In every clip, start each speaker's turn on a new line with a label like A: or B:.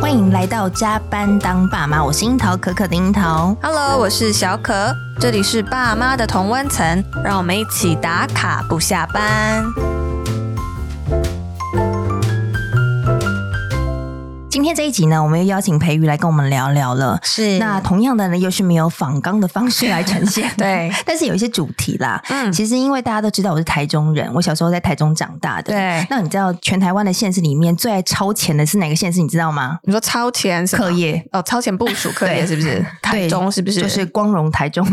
A: 欢迎来到加班当爸妈，我是樱桃可可的樱桃。
B: Hello，我是小可，这里是爸妈的同温层，让我们一起打卡不下班。
A: 今天这一集呢，我们又邀请培瑜来跟我们聊聊了。
B: 是
A: 那
B: 那，
A: 同样的呢，又是没有仿纲的方式来呈现
B: 对，
A: 但是有一些主题啦。
B: 嗯，
A: 其实因为大家都知道我是台中人，我小时候在台中长大的。
B: 对，
A: 那你知道全台湾的县市里面最爱超前的是哪个县市？你知道吗？
B: 你说超前什么
A: 课业。
B: 哦，超前部署课
A: 对
B: 业是不是？台
A: 对
B: 中是不是？
A: 就是光荣台中，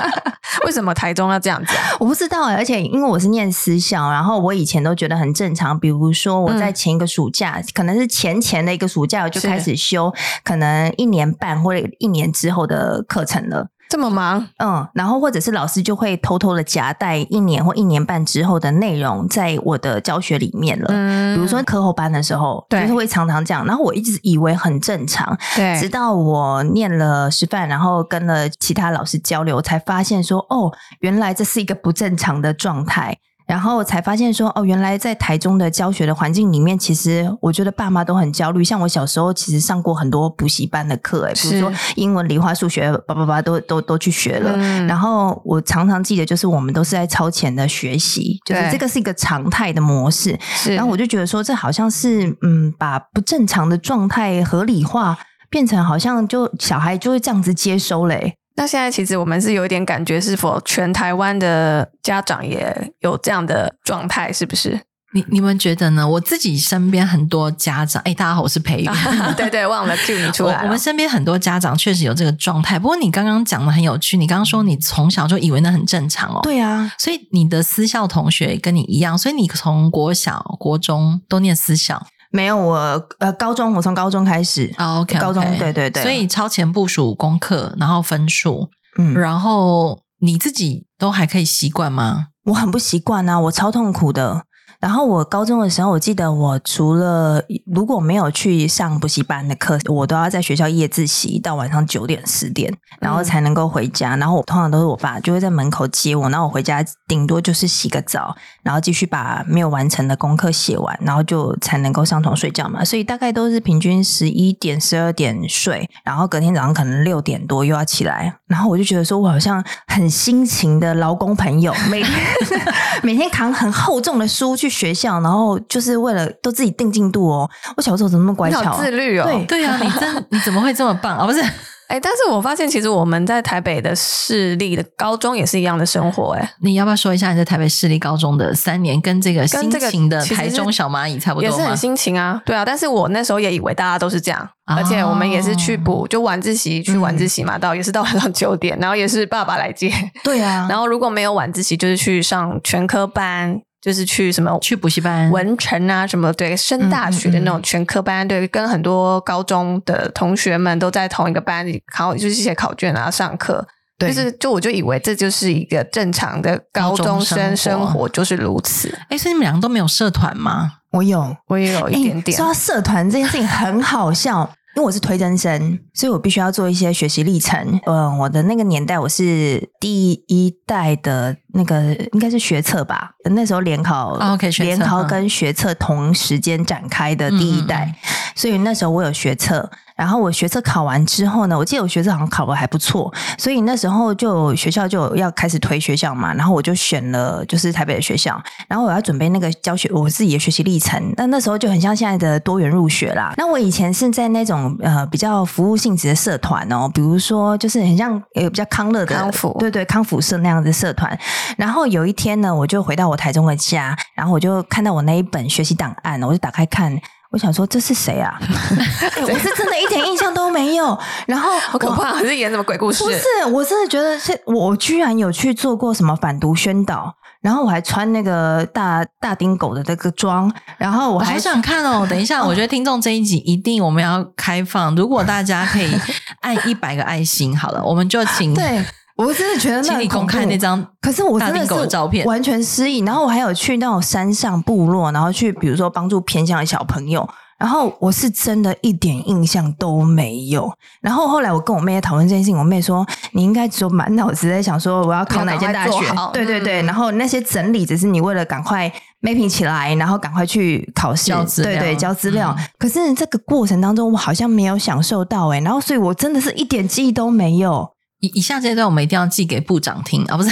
B: 为什么台中要这样子啊？
A: 我不知道、欸，而且因为我是念私校，然后我以前都觉得很正常。比如说我
B: 嗯
A: 在前一个暑假，可能是前前的一个暑假，我就是开始修可能一年半或者一年之后的课程了。
B: 这么忙？
A: 嗯，然后或者是老师就会偷偷的夹带一年或一年半之后的内容在我的教学里面了。
B: 嗯
A: 呃比如说课后班的时候，就
B: 对
A: 是会常常这样，然后我一直以为很正常，直
B: 对，
A: 到我念了师范，然后跟了其他老师交流，才发现说，哦，原来这是一个不正常的状态。然后才发现说，哦，原来在台中的教学的环境里面，其实我觉得爸妈都很焦虑。像我小时候，其实上过很多补习班的课，哎，比
B: 是
A: 如说英文、理化、数学，叭叭叭，都都都去学了。
B: 嗯
A: 然后我常常记得，就是我们都是在超前的学习，就是
B: 对
A: 这个是一个常态的模式。
B: 是，
A: 然后我就觉得说，这好像是嗯，把不正常的状态合理化，变成好像就小孩就会这样子接收嘞、
B: 那现在其实我们是有一点感觉，是否全台湾的家长也有这样的状态？是 不是？
C: 你你们觉得呢？我自己身边很多家长，哎、大家好，我是培宇。
B: 对对，忘了 cue 你出
C: 我
B: 来了。
C: 我们身边很多家长确实有这个状态，不过你刚刚讲的很有趣，你刚刚说你从小就以为那很正常哦，，
A: 对啊，
C: 所以你的私校同学跟你一样，所以你从国小、国中都念私校、
A: 没有我呃，高中我从高中开始，
C: 哦、，OK，,
A: 高中对对对
C: 所以超前部署功课，然后分数，
A: 嗯，
C: 然后你自己都还可以习惯吗？
A: 我很不习惯啊，我超痛苦的。然后我高中的时候，我记得我除了如果没有去上补习班的课，我都要在学校夜自习到晚上九点十点，然后
B: 嗯
A: 才能够回家。然后我通常都是我爸就会在门口接我，然后我回家顶多就是洗个澡，然后继续把没有完成的功课写完，然后就才能够上床睡觉嘛。所以大概都是平均十一点、十二点睡，然后隔天早上可能六点多又要起来。然后我就觉得说我好像很辛勤的劳工朋友，每 天每天扛很厚重的书去学校，然后就是为了都自己定进度哦。我小时候怎么那么乖
B: 你
A: 巧
B: 好
A: 啊、
B: 自律哦。
A: 对
C: 对啊，你真你怎么会这么棒啊？不是，
B: 哎、但是我发现其实我们在台北的市立的高中也是一样的生活、哎，
C: 你要不要说一下你在台北市立高中的三年，跟这个
B: 跟
C: 心
B: 这个
C: 情的
B: 其实
C: 台
B: 是
C: 中小蚂蚁差不
B: 也
C: 多
B: 是
C: 吗
B: 很？心情啊，对啊。但是我那时候也以为大家都是这样，
C: 哦
B: 而且我们也是去补，就晚自习去
A: 嗯
B: 晚自习嘛，到也是到晚上九点，然后也是爸爸来接，
A: 对
C: 嗯
A: 啊，
B: 然后如果没有晚自习，就是去上全科班，就是去什么
C: 去补习班，
B: 文成啊什么，对，升大学的那种全科班，对，跟很多高中的同学们都在同一个班里考，就是写考卷啊，上课。
A: 对
B: 就是就我就以为这就是一个正常的高
C: 高中
B: 中生
C: 生
B: 生
C: 活
B: 活，就是如此。
C: 哎，所以你们两个都没有社团吗？
A: 我有
B: 我也有一点点，
A: 欸说到社团这件事情很好笑，因为我是推甄生，所以我必须要做一些学习历程。嗯，我的那个年代我是第一代的那个应该是学测吧，那时候联考、
C: 哦，OK，学测
A: 联考
C: 嗯
A: 跟学测同时间展开的第一代，所以那时候我有学测。然后我学测考完之后呢，我记得我学测好像考的还不错，所以那时候就有学校就有要开始推学校嘛，然后我就选了就是台北的学校，然后我要准备那个教学我自己的学习历程，那那时候就很像现在的多元入学啦。那我以前是在那种呃比较服务性质的社团哦，比如说就是很像呃比较康乐的
B: 康复
A: 对对康复社那样的社团。然后有一天呢，我就回到我台中的家，然后我就看到我那一本学习档案，哦我就打开看。我想说这是谁 啊、哎我是真的一点印象都没有。然后
B: 好可
A: 我
B: 怕，是演什么鬼故事？
A: 不是，啊我真的觉得是我居然有去做过什么反毒宣导，然后我还穿那个大大丁狗的那个装，然后我
C: 我
A: 还嗯
C: 好想看哦！等一下，我觉得听众这一集一定我们要开放，如果 大家可以按一百个爱心，好了，我们就请
A: 对我真的觉得那
C: 请
A: 很
C: 你公
A: 恐
C: 开
A: 怖
C: 那。张，
A: 可是我真
C: 大
A: 的
C: 丁狗的
A: 是
C: 照片
A: 完全失忆，然后我还有去那种山上部落，然后去比如说帮助偏向的小朋友，然后我是真的一点印象都没有。然后后来我跟我妹在讨论这件事情，我妹说你应该只有满脑子在想说我要考哪间大
B: 要
A: 学
B: 赶快做好，
A: 对对对。
B: 嗯
A: 然后那些整理只是你为了赶快 mapping 起来，然后赶快去考试，
C: 交资料
A: 对对，交资料。可是这个过程当中，我好像没有享受到哎、然后所以我真的是一点记忆都没有。
C: 以以下这段我们一定要寄给部长听啊，不是？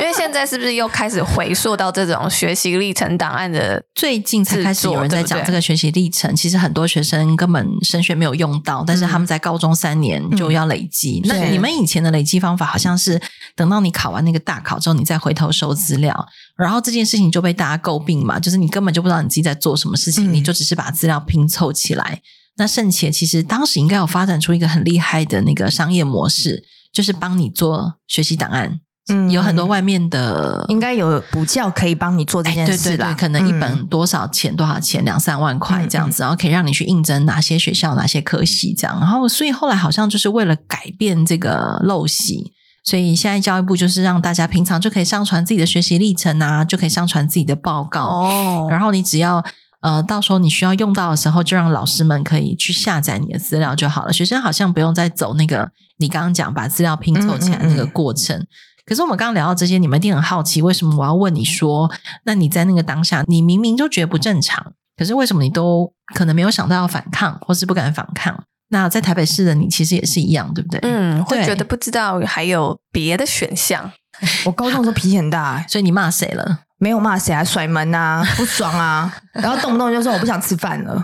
B: 因为现在是不是又开始回溯到这种学习历程档案的？
C: 最近才开始有人在
B: 制作对
C: 讲
B: 不对
C: 这个学习历程，其实很多学生根本升学没有用到，但是他们在高中三年就
B: 嗯
C: 要累积。那
A: 对
C: 你们以前的累积方法好像是等到你考完那个大考之后，你再回头收资料，然后这件事情就被大家诟病嘛，就是你根本就不知道你自己在做什么事情，
A: 嗯
C: 你就只是把资料拼凑起来。那甚且其实当时应该有发展出一个很厉害的那个商业模式，就是帮你做学习档案，
A: 嗯
C: 有很多外面的
A: 应该有补教可以帮你做这
C: 哎
A: 件
C: 对
A: 事
C: 对
A: 啦，
C: 对，可能一
A: 嗯
C: 本多少钱？多少钱？两三万块
A: 嗯
C: 这样子，然后可以让你去应征哪些学校、哪些科系这样。然后，所以后来好像就是为了改变这个陋习，所以现在教育部就是让大家平常就可以上传自己的学习历程啊，就可以上传自己的报告，
B: 哦
C: 然后你只要。呃，到时候你需要用到的时候，就让老师们可以去下载你的资料就好了。学生好像不用再走那个你刚刚讲把资料拼凑起来那个过程。可是我们刚刚聊到这些，你们一定很好奇，为什么我要问你说，那你在那个当下，你明明就觉得不正常，可是为什么你都可能没有想到要反抗，或是不敢反抗？那在台北市的你其实也是一样，对不对？，
B: 嗯，会
C: 对
B: 觉得不知道还有别的选项。
A: 我高中的时候脾气很大、
C: 所以你骂谁了？
A: 没有骂谁啊，甩门啊，不爽啊，然后动不动就说我不想吃饭了。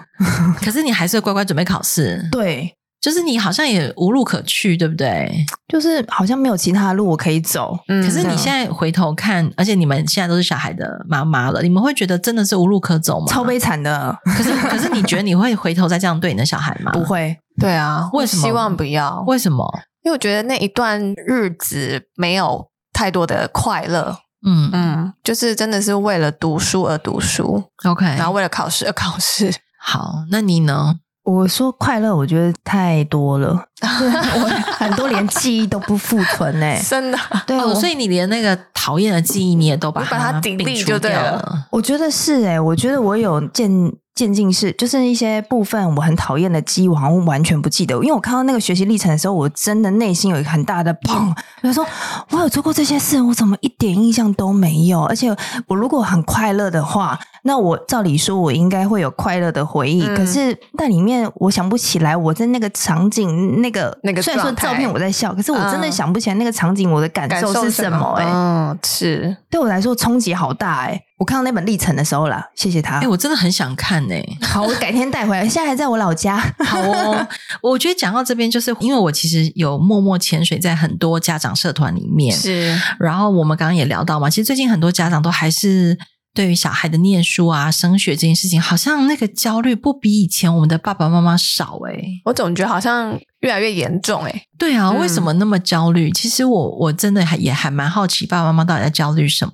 C: 可是你还是乖乖准备考试，
A: 对，
C: 就是你好像也无路可去，对不对？
A: 就是好像没有其他的路我可以走。
B: 嗯，
C: 可是
A: 这
C: 你
A: 样
C: 现在回头看，而且你们现在都是小孩的妈妈了，你们会觉得真的是无路可走吗？
A: 超悲惨的，
C: 可是可是你觉得你会回头再这样对你的小孩吗？
A: 不，会，
B: 对啊，
C: 为
B: 我
C: 什么
B: 希望不要，
C: 为什么？
B: 因为我觉得那一段日子没有太多的快乐。
C: 嗯
B: 嗯，就是真的是为了读书而读书，
C: ，OK，
B: 然后为了考试而考试。
C: 好，那你呢？
A: 我说快乐，我觉得太多了， 我很多连记忆都不复存哎、
B: 真的，
A: 对，
C: 哦，
A: 我
C: 所以你连那个讨厌的记忆你也都把
B: 你把它
C: 它
B: 顶
C: 摒
B: 立
C: 除
B: 就对
C: 掉
B: 了
C: 了。
A: 我觉得是哎、我觉得我有渐渐进式，就是一些部分我很讨厌的记忆，我好像完全不记得。因为我看到那个学习历程的时候，我真的内心有一个很大的砰，我就说我有做过这些事，我怎么一点印象都没有？而且我如果很快乐的话，那我照理说我应该会有快乐的回忆，
B: 嗯
A: 可是那里面我想不起来我在那个场景那个
B: 那个
A: 虽然说
B: 状态
A: 照片我在笑，可是我真的
B: 嗯
A: 想不起来那个场景我的感
B: 感
A: 受
B: 受
A: 是什么哎、
B: 嗯，是
A: 对我来说冲击好大哎、我看到那本历程的时候啦，谢谢他。
C: 哎、我真的很想看 呢、
A: 好，我改天带回来，现在还在我老家。
C: 好哦，我觉得讲到这边，就是因为我其实有默默潜水在很多家长社团里面，
B: 是，
C: 然后我们刚刚也聊到嘛，其实最近很多家长都还是对于小孩的念书啊、升学这件事情，好像那个焦虑不比以前我们的爸爸妈妈少诶、
B: 我总觉得好像越来越严重哎、
C: 对啊，
B: 嗯
C: 为什么那么焦虑？其实我我真的还也还蛮好奇爸爸妈妈到底在焦虑什么。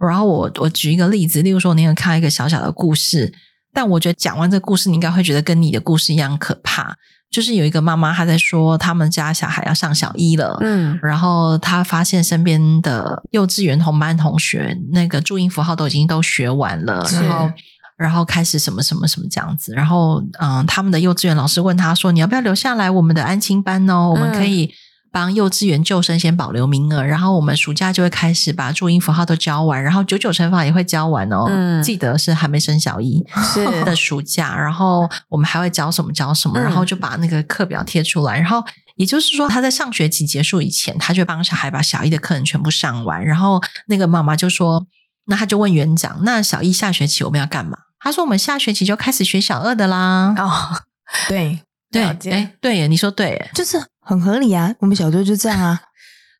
C: 然后我我举一个例子，例如说，你有看到一个小小的故事，但我觉得讲完这个故事，你应该会觉得跟你的故事一样可怕。就是有一个妈妈她在说，他们家小孩要上小一了，
B: 嗯，
C: 然后他发现身边的幼稚园同班同学那个注音符号都已经都学完了，
A: 是
C: 然后然后开始什么什么什么这样子，然后嗯，他们的幼稚园老师问他说：“你要不要留下来我们的安亲班哦？我们可以帮幼稚园救生先保留名额，然后我们暑假就会开始把注音符号都教完，然后九九乘法也会教完哦。
B: 嗯
C: 记得是还没升小一，
B: 是
C: 的暑假，然后我们还会教什么教什么，
B: 嗯
C: 然后就把那个课表贴出来，然后。也就是说，他在上学期结束以前，他就帮小孩把小一的课程全部上完。然后那个妈妈就说：“那他就问园长，那小一下学期我们要干嘛？”他说：“我们下学期就开始学小二的啦。
B: 哦，
A: 对，
C: 对，
B: 了解
C: 哎，对耶，你说对耶，
A: 就是很合理啊。我们小时候就这样啊。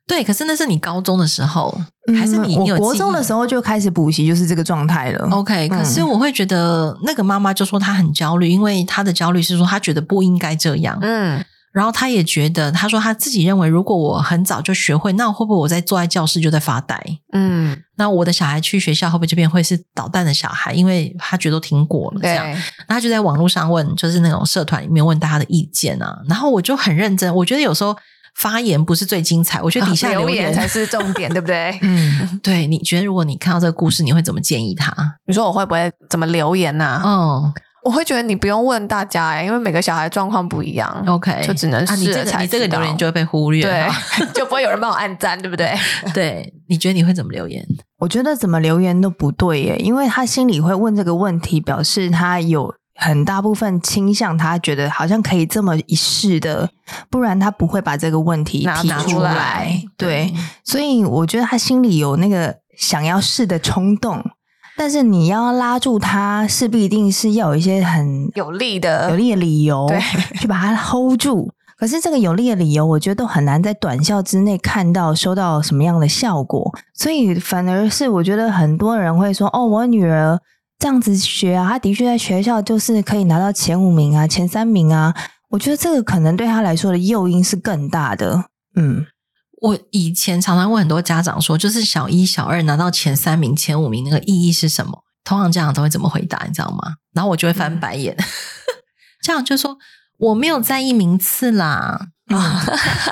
C: 对。可是那是你高中的时候，
A: 嗯
C: 还是你已经有哦
A: 我国中的时
C: 候
A: 候就开始补习，就是这个状态了。
B: 嗯
C: ？OK，可是我会觉得那个妈妈就说她很焦虑，因为她的焦虑是说她觉得不应该这样。
B: 嗯，
C: 然后他也觉得，他说他自己认为，如果我很早就学会，那会不会我在坐在教室就在发呆？
B: 嗯，
C: 那我的小孩去学校会不会就变会是捣蛋的小孩？因为他觉得都听过了这样，
B: 对，
C: 那他就在网络上问，就是那种社团里面问大家的意见啊。然后我就很认真，我觉得有时候发言不是最精彩，我觉得底下
B: 啊留
C: 留
B: 言
C: 言。
B: 才是重点，对不对？
A: 嗯，
C: 对，你觉得如果你看到这个故事，你会怎么建议他？
B: 你说我会不会怎么留言呐、啊
C: 嗯，
B: 我会觉得你不用问大家、欸，因为每个小孩状况不一样。
C: OK，
B: 就只能
C: 啊，你
B: 试
C: 这
B: 了
C: 个
B: 才
C: 你这个
B: 知道
C: 留言就会被忽略。
B: 对
C: 哈，
B: 就不会有人帮我按赞，对不对？
C: 对，你觉得你会怎么留言？
A: 我觉得怎么留言都不对耶，因为他心里会问这个问题，表示他有很大部分倾向，他觉得好像可以这么一试的，不然他不会把这个问题
B: 拿
A: 提
B: 拿
A: 出
B: 出来
A: 来。对，所以我觉得他心里有那个想要试的冲动，但是你要拉住他，势必一定是要有一些很
B: 有利的，
A: 有利的理由
B: 对
A: 去把它 hold 住。可是这个有利的理由，我觉得都很难在短效之内看到收到什么样的效果，所以反而是我觉得很多人会说：“哦，我女儿这样子学啊，她的确在学校就是可以拿到前五名啊、前三名啊。”我觉得这个可能对她来说的诱因是更大的。嗯，
C: 我以前常常问很多家长说，就是小一、小二拿到前三名、前五名，那个意义是什么？通常家长都会怎么回答，你知道吗？然后我就会翻白
B: 嗯
C: 眼， 家长就说我没有在意名次啦，
A: 然后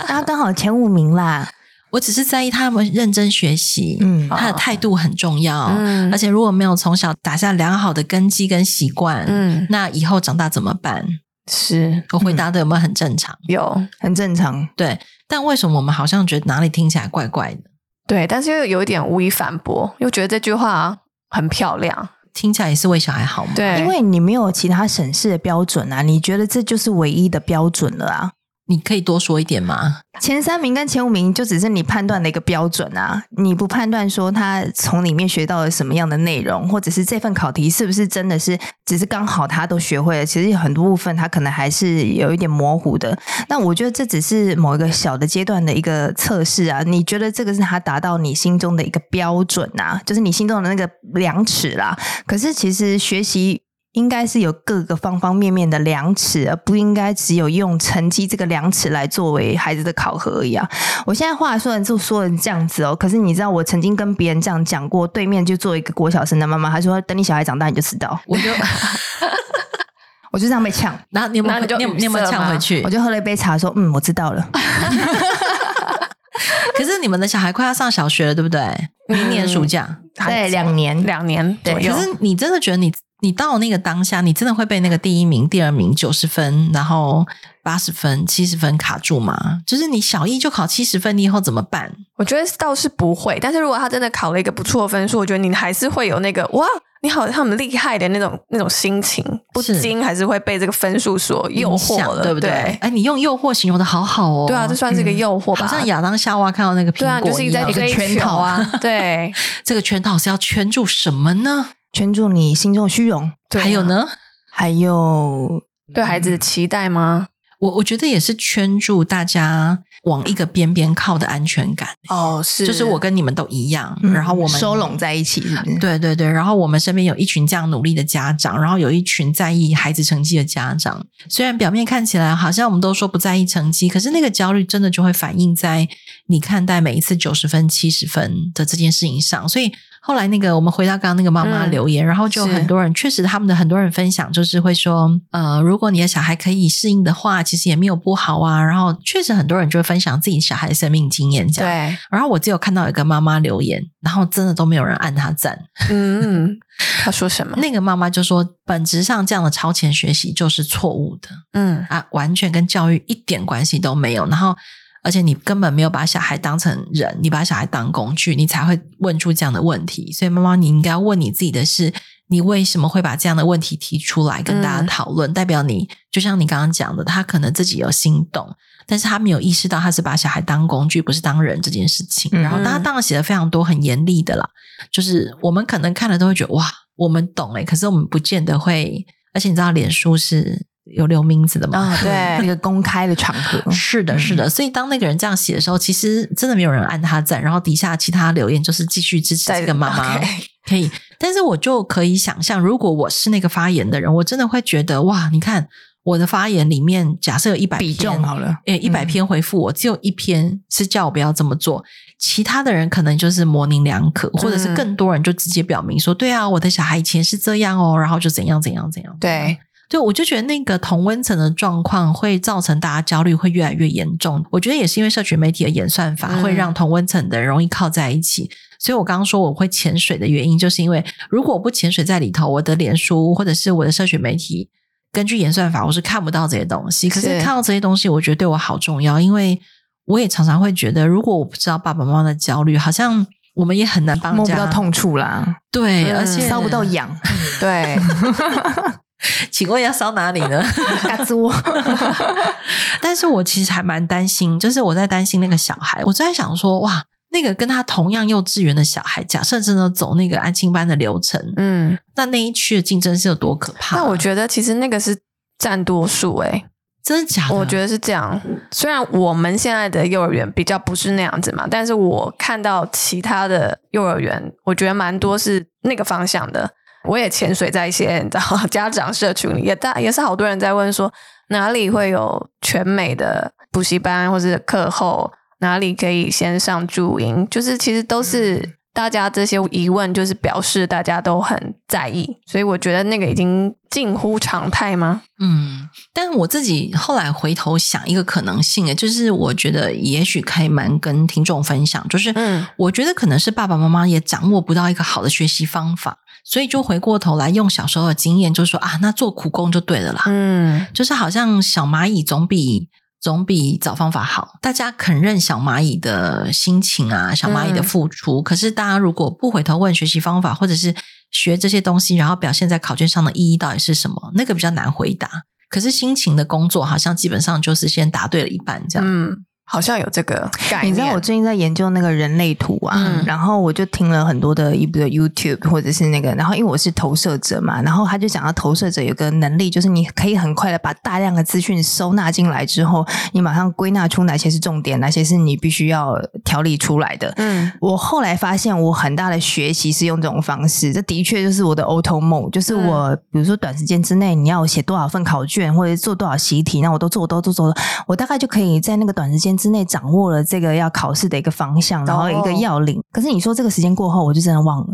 A: 啊刚好前五名啦。
C: 我只是在意他们认真学习，
A: 嗯
C: 他的态度很重要，
B: 嗯
C: 而且如果没有从小打下良好的根基跟习惯，
B: 嗯，
C: 那以后长大怎么办？
B: 是
C: 我回答的有没有很正常？
B: 有
A: 很正常。
C: 对，但为什么我们好像觉得哪里听起来怪怪的，
B: 对，但是又有一点无以反驳，又觉得这句话很漂亮，
C: 听起来也是为小孩好吗？
B: 对，
A: 因为你没有其他审视的标准啊，你觉得这就是唯一的标准了啊？
C: 你可以多说一点吗？
A: 前三名跟前五名就只是你判断的一个标准啊，你不判断说他从里面学到了什么样的内容，或者是这份考题是不是真的是只是刚好他都学会了，其实有很多部分他可能还是有一点模糊的。那我觉得这只是某一个小的阶段的一个测试啊，你觉得这个是他达到你心中的一个标准啊，就是你心中的那个量尺啦。可是其实学习。应该是有各个方方面面的量尺，而不应该只有用成绩这个量尺来作为孩子的考核而已啊。我现在话虽然就说成这样子哦，可是你知道我曾经跟别人这样讲过，对面就做一个国小生的妈妈，她说等你小孩长大你就知道，
C: 我就，
A: 我就这样被呛，
C: 然后你有没
B: 然后
C: 有
B: 你就
C: 你有你有没有
B: 语塞
C: 呛
B: 吗
C: 回去
A: 我？就喝了一杯茶说嗯我知道 了，
C: 可是你们的小孩快要上小学了，对不
B: 嗯
C: 对？明年暑假，
A: 对两年，
B: 两年左右
C: 可，是你真的觉得你你到那个当下，你真的会被那个第一名、第二名九十分，然后八十分、七十分卡住吗？就是你小一就考七十分，你以后怎么办？
B: 我觉得倒是不会，但是如果他真的考了一个不错的分数，我觉得你还是会有那个哇，你好像很厉害的那种那种心情，不
C: 是
B: 禁还是会被这个分数所诱惑
C: 影响
B: 了，
C: 对不对？哎，你用诱惑形容的好好哦。
B: 对啊，这算是一个诱惑吧？
C: 好像亚当夏娃看到那个苹
B: 对啊，你就
C: 果
B: 是
C: 一
B: 在
C: 样，
B: 追
A: 圈
B: 求
A: 套
B: 啊，对，
C: 这个圈套是要圈住什么呢？
A: 圈住你心中的虚荣，
B: 对啊
C: 还有呢，
A: 还有
B: 对孩
C: 嗯
B: 子的期待吗？
C: 我我觉得也是圈住大家往一个边边靠的安全感。
B: 哦，是
C: 就是我跟你们都一样，
A: 嗯
C: 然后我们
A: 收拢。在一起是不是？
C: 对对对，然后我们身边有一群这样努力的家长，然后有一群在意孩子成绩的家长。虽然表面看起来好像我们都说不在意成绩，可是那个焦虑真的就会反映在你看待每一次九十分、七十分的这件事情上。所以后来那个我们回到刚刚那个妈妈
B: 嗯
C: 留言，然后就是很多人确实他们的很多人分享就是会说，呃，如果你的小孩可以适应的话，其实也没有不好啊。然后确实很多人就会分享自己小孩的生命经验这样。
B: 对，
C: 然后我只有看到一个妈妈留言，然后真的都没有人按她赞。
B: 嗯，嗯他说什么？
C: 那个妈妈就说，本质上这样的超前学习就是错误的
B: 嗯，
C: 啊，完全跟教育一点关系都没有。然后，而且你根本没有把小孩当成人，你把小孩当工具，你才会问出这样的问题。所以，妈妈，你应该要问你自己的是，你为什么会把这样的问题提出来跟大家
B: 嗯
C: 讨论？代表你就像你刚刚讲的，他可能自己有心动，但是他没有意识到他是把小孩当工具，不是当人这件事情。
A: 嗯
C: 然后他当然写了非常多很严厉的啦，就是我们可能看了都会觉得哇，我们懂哎、可是我们不见得会。而且你知道，脸书是有留名字的嘛？
B: 哦，
A: 那
B: 对，
A: 个公开的场合，
C: 是的，是的。所以当那个人这样写的时候，其实真的没有人按他赞，然后底下其他留言就是继续支持
B: 在
C: 这个妈 妈。
B: OK
C: 可以，但是我就可以想象，如果我是那个发言的人，我真的会觉得哇，你看我的发言里面，假设有一 百
A: 比重好了，
C: 诶，哎一百
A: 嗯
C: 篇回复我，只有一篇是叫我不要这么做，其他的人可能就是模棱两可，或者是
B: 嗯
C: 更多人就直接表明说，对啊，我的小孩以前是这样哦，然后就怎样怎样怎样。
B: 对，
C: 对，我就觉得那个同温层的状况会造成大家焦虑会越来越严重。我觉得也是因为社群媒体的演算法
B: 嗯
C: 会让同温层的人容易靠在一起。所以我刚刚说我会潜水的原因，就是因为如果我不潜水在里头，我的脸书或者是我的社群媒体，根据演算法我是看不到这些东西。可是
B: 是
C: 看到这些东西，我觉得对我好重要，因为我也常常会觉得，如果我不知道爸爸妈妈的焦虑，好像我们也很难帮人
A: 摸不
C: 家
A: 到痛处啦，
C: 对，
B: 嗯
C: 而且
A: 搔不到。痒，
B: 对，
C: 请问要烧哪里呢？
A: 嘎吱窝。
C: 但是我其实还蛮担心，就是我在担心那个小孩，我就在想说，哇，那个跟他同样幼稚园的小孩，假设真的走那个安亲班的流程，
B: 嗯，
C: 那那一区的竞争是有多可怕、
B: 但我觉得其实那个是占多数哎诶、
C: 真的假的？
B: 我觉得是这样。虽然我们现在的幼儿园比较不是那样子嘛，但是我看到其他的幼儿园，我觉得蛮多是那个方向的。我也潜水在一些你知道家长社群里，也大也是好多人在问说哪里会有全美的补习班或是课后，哪里可以先上注营，就是其实都是。大家这些疑问就是表示大家都很在意，所以我觉得那个已经近乎常态吗？
C: 嗯，但我自己后来回头想一个可能性，诶就是我觉得也许可以蛮跟听众分享，就是
B: 嗯
C: 我觉得可能是爸爸妈妈也掌握不到一个好的学习方法，所以就回过头来用小时候的经验，就说啊，那做苦工就对了啦。
B: 嗯，
C: 就是好像小蚂蚁总比总比找方法好。大家肯认小蚂蚁的心情啊，小蚂蚁的付出，可是大家如果不回头问学习方法，或者是学这些东西，然后表现在考卷上的意义到底是什么，那个比较难回答。可是心情的工作好像基本上就是先答对了一半这样。
B: 嗯，好像有这个概 念。
A: 你知道我最近在研究那个人类图啊，
B: 嗯
A: 然后我就听了很多的一个 YouTube 或者是那个，然后因为我是投射者嘛，然后他就讲到投射者有个能力，就是你可以很快的把大量的资讯收纳进来之后，你马上归纳出哪些是重点，哪些是你必须要调理出来的。
B: 嗯
A: 我后来发现，我很大的学习是用这种方式，这的确就是我的 auto mode，就是我、比如说短时间之内你要我写多少份考卷或者做多少习题，那我都做，我都做做，我大概就可以在那个短时间之内掌握了这个要考试的一个方向，然后一个要领。可是你说这个时间过后，我就真的忘了，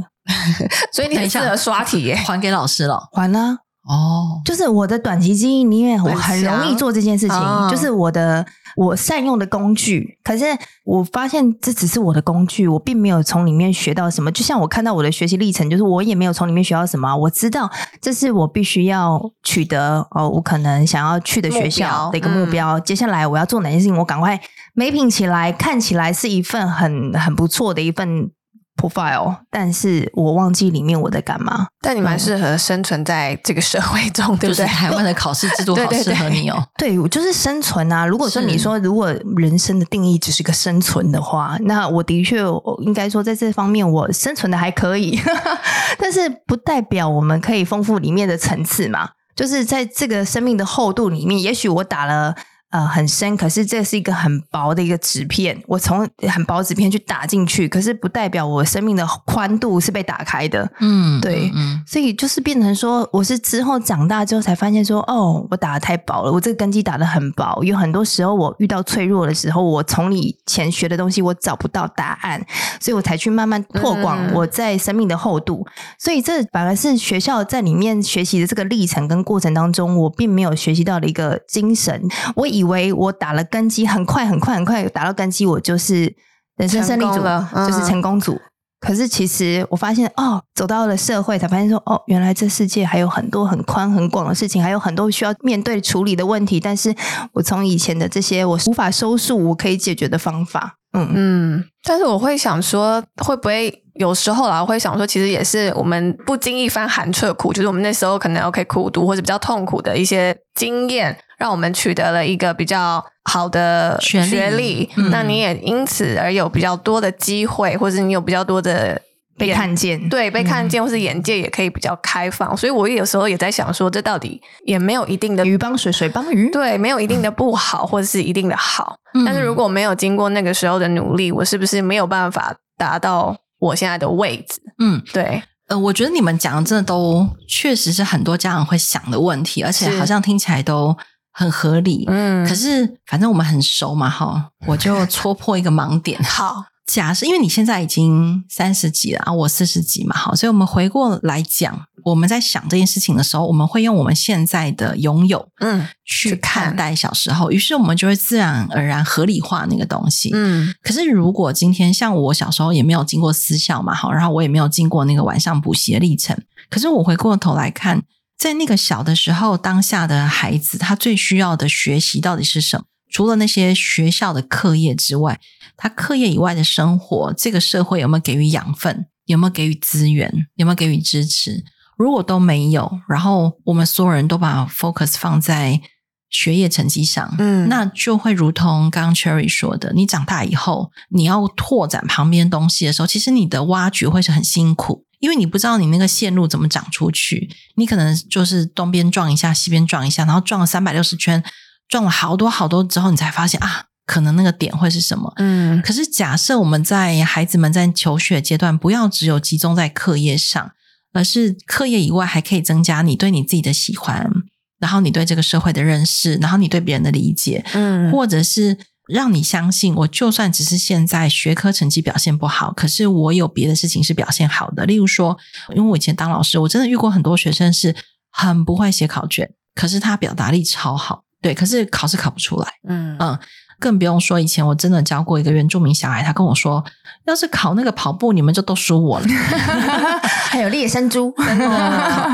B: 所以你
C: 等一
B: 很适
C: 下
B: 合刷题耶。
C: 还给老师了
A: 完了。
C: 哦，
A: 就是我的短期记忆里面，我很容易做这件事情
B: 很强哦，
A: 就是我的我善用的工具。可是我发现这只是我的工具，我并没有从里面学到什么。就像我看到我的学习历程，就是我也没有从里面学到什么啊。我知道这是我必须要取得哦，我可能想要去的学校
B: 目标嗯
A: 的一个目标。接下来我要做哪些事情，我赶快 mapping 起来，看起来是一份很很不错的一份 profile，但是我忘记里面我在干嘛。
B: 但你蛮适合生存在这个社会中，对
C: 就
B: 不
C: 是
B: 对？
C: 台湾的考试制度
B: 对
C: 好
B: 对
C: 适
B: 对
C: 合 你哦。
A: 对，我就是生存啊。如果说
C: 是
A: 你说如果人生的定义只是个生存的话，那我的确我应该说在这方面我生存的还可以， 但是不代表我们可以丰富里面的层次嘛。就是在这个生命的厚度里面，也许我打了。呃，很深，可是这是一个很薄的一个纸片，我从很薄纸片去打进去，可是不代表我生命的宽度是被打开的。
C: 嗯，
A: 对
C: 嗯，
A: 所以就是变成说，我是之后长大之后才发现说，哦，我打的太薄了，我这个根基打的很薄。有很多时候我遇到脆弱的时候，我从以前学的东西我找不到答案，所以我才去慢慢拓广
B: 嗯
A: 我在生命的厚度。所以这反而是学校在里面学习的这个历程跟过程当中，我并没有学习到的一个精神。我以为我打了根基，很快很快很快打到根基，我就是人生胜利
B: 成
A: 组
B: 功了嗯
A: 就是成功组。可是其实我发现，哦，走到了社会才发现说，哦，原来这世界还有很多很宽很广的事情，还有很多需要面对处理的问题。但是我从以前的这些我无法收束我可以解决的方法，嗯，
B: 嗯，但是我会想说，会不会有时候啦，我会想说，其实也是我们不经意翻寒彻骨，就是我们那时候可能 OK 苦读或者比较痛苦的一些经验，让我们取得了一个比较好的
C: 学历嗯
B: 那你也因此而有比较多的机会，或者你有比较多的
A: 被
B: 眼
A: 看见，
B: 对，被看
A: 嗯
B: 见或是眼界也可以比较开放，所以我有时候也在想说，这到底也没有一定的
A: 鱼帮水，水帮鱼，
B: 对，没有一定的不好或者是一定的好，
C: 嗯
B: 但是如果没有经过那个时候的努力，我是不是没有办法达到我现在的位置？
C: 嗯，
B: 对，
C: 呃，我觉得你们讲的真的都确实是很多家长会想的问题，而且
B: 是
C: 好像听起来都很合理。
B: 嗯。
C: 可是反正我们很熟嘛，哈，我就戳破一个盲点
B: 好，
C: 假设因为你现在已经三十几了啊，我四十几嘛，好，所以我们回过来讲，我们在想这件事情的时候，我们会用我们现在的拥有
B: 嗯
C: 去
B: 去看
C: 看待小时候，于是我们就会自然而然合理化那个东西。
B: 嗯
C: 可是，如果今天像我小时候也没有经过私校嘛，好，然后我也没有经过那个晚上补习的历程。可是我回过头来看，在那个小的时候，当下的孩子他最需要的学习到底是什么？除了那些学校的课业之外，他课业以外的生活，这个社会有没有给予养分？有没有给予资源？有没有给予支持？如果都没有，然后我们所有人都把 focus 放在学业成绩上，
B: 嗯
C: 那就会如同刚刚 Cherry 说的，你长大以后，你要拓展旁边东西的时候，其实你的挖掘会是很辛苦，因为你不知道你那个线路怎么长出去。你可能就是东边撞一下，西边撞一下，然后撞了三百六十圈，撞了好多好多之后，你才发现啊，可能那个点会是什么。
B: 嗯
C: 可是假设我们在孩子们在求学阶段，不要只有集中在课业上，而是课业以外还可以增加你对你自己的喜欢，然后你对这个社会的认识，然后你对别人的理解，
B: 嗯
C: 或者是让你相信，我就算只是现在学科成绩表现不好，可是我有别的事情是表现好的。例如说，因为我以前当老师，我真的遇过很多学生是很不会写考卷，可是他表达力超好，对，可是考试考不出来。
B: 嗯
A: 呃
C: 嗯更不用说，以前我真的教过一个原住民小孩，他跟我说，要是考那个跑步，你们就都输我了。
A: 还有猎山 猪，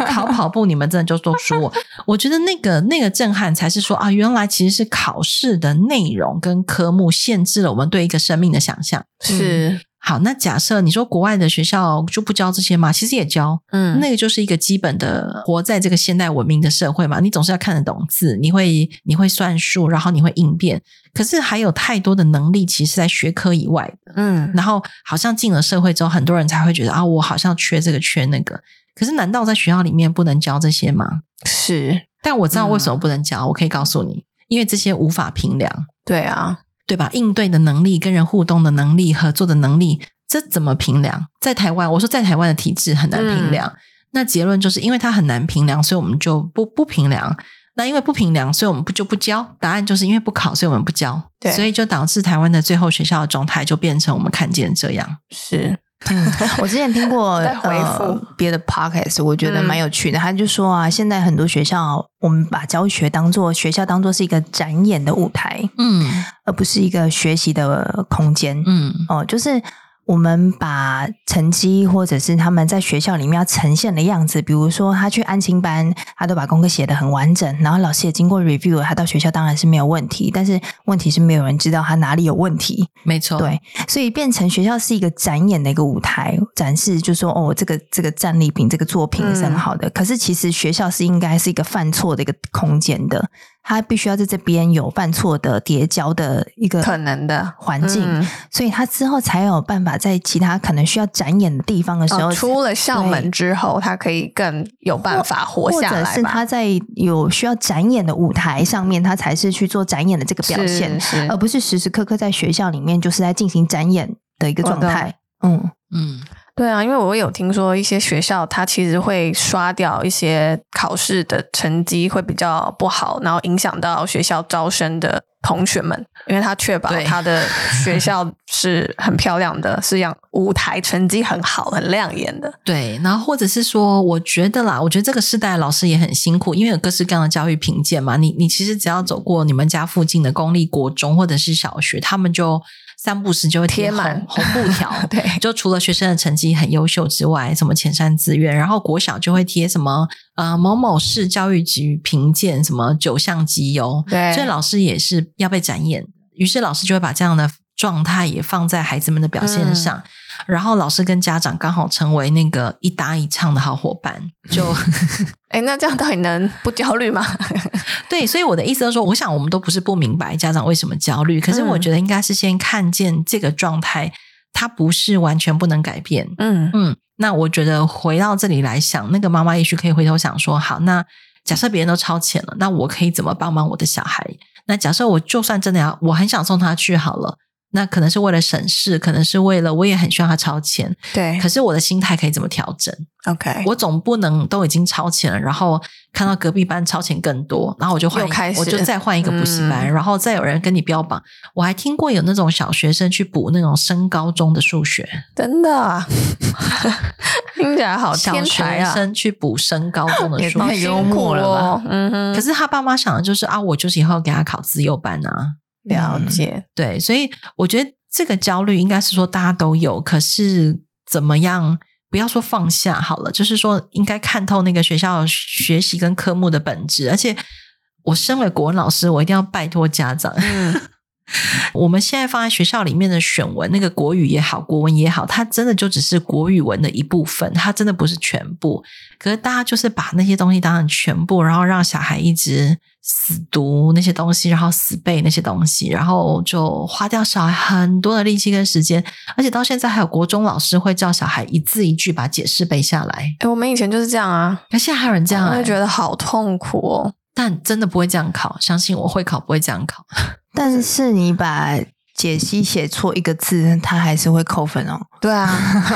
C: 考跑步，你们真的就都输我。我觉得那个那个震撼才是说啊，原来其实是考试的内容跟科目限制了我们对一个生命的想象。
B: 是
C: 好，那假设你说国外的学校就不教这些吗？其实也教，
B: 嗯
C: 那个就是一个基本的活在这个现代文明的社会嘛，你总是要看得懂字，你会你会算数，然后你会应变。可是还有太多的能力，其实在学科以外的
B: 嗯
C: 然后好像进了社会之后，很多人才会觉得啊，我好像缺这个缺那个。可是难道在学校里面不能教这些吗？
B: 是
C: 但我知道为什么不能教，我可以告诉你，因为这些无法评量，
B: 对啊
C: 对吧？应对的能力、跟人互动的能力、合作的能力，这怎么评量？在台湾，我说在台湾的体制很难评量。那结论就是因为它很难评量，所以我们就不不评量。那因为不评量，所以我们不就不教？答案就是因为不考，所以我们不教
B: 对，
C: 所以就导致台湾的最后学校的状态就变成我们看见这样。
B: 是
A: 我之前听过
B: 在回复
A: 呃、别的 podcast，我觉得蛮有趣的。他就说啊，现在很多学校，我们把教学当做学校当做是一个展演的舞台，
C: 嗯
A: 而不是一个学习的空间。
C: 嗯
A: 哦，就是我们把成绩或者是他们在学校里面要呈现的样子，比如说他去安亲班，他都把功课写得很完整，然后老师也经过 review，了他到学校当然是没有问题，但是问题是没有人知道他哪里有问题，
C: 没错，
A: 对所以变成学校是一个展演的一个舞台，展示就说哦，这个这个战利品，这个作品是很
B: 嗯
A: 好的，可是其实学校是应该是一个犯错的一个空间的，他必须要在这边有犯错的叠交的一个
B: 可能的
A: 环境。
B: 嗯
A: 所以他之后才有办法在其他可能需要展演的地方的时候，
B: 哦出了校门之后，他可以更有办法活
A: 或
B: 下
A: 者
B: 来
A: 是
B: 吧？
A: 他在有需要展演的舞台上面，他才是去做展演的这个表现，
B: 是是
A: 而不是时时刻刻在学校里面就是在进行展演的一个状态。嗯，
C: 嗯
B: 对啊，因为我有听说一些学校，它其实会刷掉一些考试的成绩会比较不好，然后影响到学校招生的同学们，因为他确保
C: 对
B: 他的学校是很漂亮的，是让舞台成绩很好、很亮眼的。
C: 对，然后或者是说，我觉得啦，我觉得这个世代的老师也很辛苦，因为有各式各样的教育评鉴嘛。你你其实只要走过你们家附近的公立国中或者是小学，他们就三不时就会
B: 贴
C: 贴
B: 满，
C: 满红布 条
B: 对
C: 就除了学生的成绩很优秀之外，什么前三志愿，然后国小就会贴什么呃某某市教育局评鉴什么九项集邮，
B: 对
C: 所以老师也是要被展演，于是老师就会把这样的状态也放在孩子们的表现
B: 嗯
C: 上。然后老师跟家长刚好成为那个一搭一唱的好伙伴，就
B: 哎，那这样到底能不焦虑吗？
C: 对。所以我的意思就是说，我想我们都不是不明白家长为什么焦虑，可是我
B: 嗯
C: 觉得应该是先看见这个状态，它不是完全不能改变，
B: 嗯
C: 嗯，那我觉得回到这里来想，那个妈妈也许可以回头想说，好，那假设别人都超前了，那我可以怎么帮忙我的小孩？那假设我就算真的要，我很想送他去好了，那可能是为了省事，可能是为了我也很需要他超前，
B: 对
C: 可是我的心态可以怎么调整？
B: ，OK，
C: 我总不能都已经超前了，然后看到隔壁班超前更多，然后我就换一
B: 又开始
C: 我就再换一个补习班，
B: 嗯
C: 然后再有人跟你标榜。我还听过有那种小学生去补那种升高中的数学，
B: 真的啊， 听起来好
C: 小
B: 天才
C: 学
B: 啊，
C: 生去补升高中的
A: 也
C: 数
A: 太
C: 学。
A: 幽默了吧
B: 好辛苦哦？嗯哼，
C: 可是他爸妈想的就是啊，我就是以后给他考资优班啊，
B: 了解，
C: 对，所以我觉得这个焦虑应该是说大家都有，可是怎么样？不要说放下好了，就是说应该看透那个学校学习跟科目的本质。而且，我身为国文老师，我一定要拜托家长。
B: 嗯，
C: 我们现在放在学校里面的选文，那个国语也好，国文也好，它真的就只是国语文的一部分，它真的不是全部。可是大家就是把那些东西当成全部，然后让小孩一直死读那些东西，然后死背那些东西，然后就花掉小孩很多的力气跟时间。而且到现在还有国中老师会叫小孩一字一句把解释背下来，
B: 哎，我们以前就是这样啊，
C: 可现在还有人这样、
B: 我
C: 欸
B: 会，觉得好痛苦哦。
C: 但真的不会这样考，相信我会考不会这样考。
A: 但是你把解析写错一个字，他还是会扣分哦。
B: 对啊，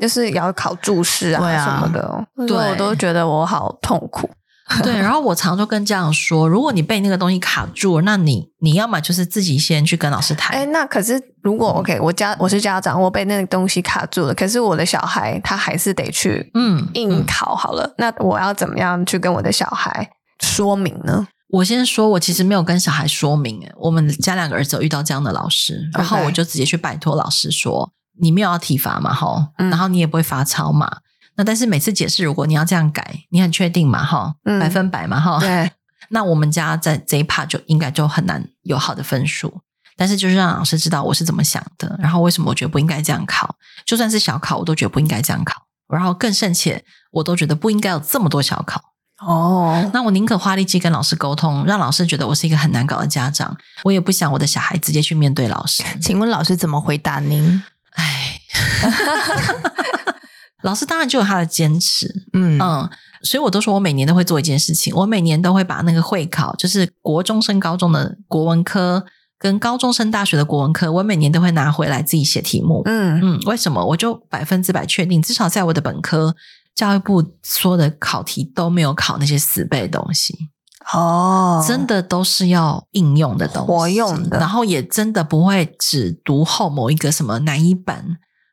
B: 就是也要考注释啊
A: 对啊
B: 什么的，
C: 对
B: 我都觉得我好痛苦。
C: 对，然后我常就跟家长说，如果你被那个东西卡住了，那你你要么就是自己先去跟老师谈，
B: 哎，那可是如果 OK，我家我是家长，我被那个东西卡住了，可是我的小孩他还是得去
C: 嗯，
B: 应
C: 嗯
B: 考好了，那我要怎么样去跟我的小孩说明呢？
C: 我先说，我其实没有跟小孩说明，哎我们家两个儿子有遇到这样的老师，然后
B: OK
C: 我就直接去拜托老师说，你没有要体罚嘛，哈，
B: 嗯
C: 然后你也不会罚抄嘛，那但是每次解释，如果你要这样改，你很确定嘛，哈，
B: 嗯
C: 百分百嘛，哈，
B: 对，
C: 那我们家在这一 part 就应该就很难有好的分数。但是就是让老师知道我是怎么想的，然后为什么我觉得不应该这样考，就算是小考我都觉得不应该这样考，然后更甚且我都觉得不应该有这么多小考。
B: 哦，
C: 那我宁可花力气跟老师沟通，让老师觉得我是一个很难搞的家长，我也不想我的小孩直接去面对老师。
B: 嗯
A: 请问老师怎么回答您？
C: 唉， 老师当然就有他的坚持，
A: 嗯
C: 嗯，所以我都说我每年都会做一件事情，我每年都会把那个会考，就是国中升高中的国文科跟高中升大学的国文科，我每年都会拿回来自己写题目。
B: 嗯，
C: 嗯，为什么？我就百分之百确定，至少在我的本科，教育部说的考题都没有考那些死背的东西。
B: 哦，
C: 真的都是要应用的东西，
B: 活用的
C: 然后也真的不会只读后某一个什么南一版、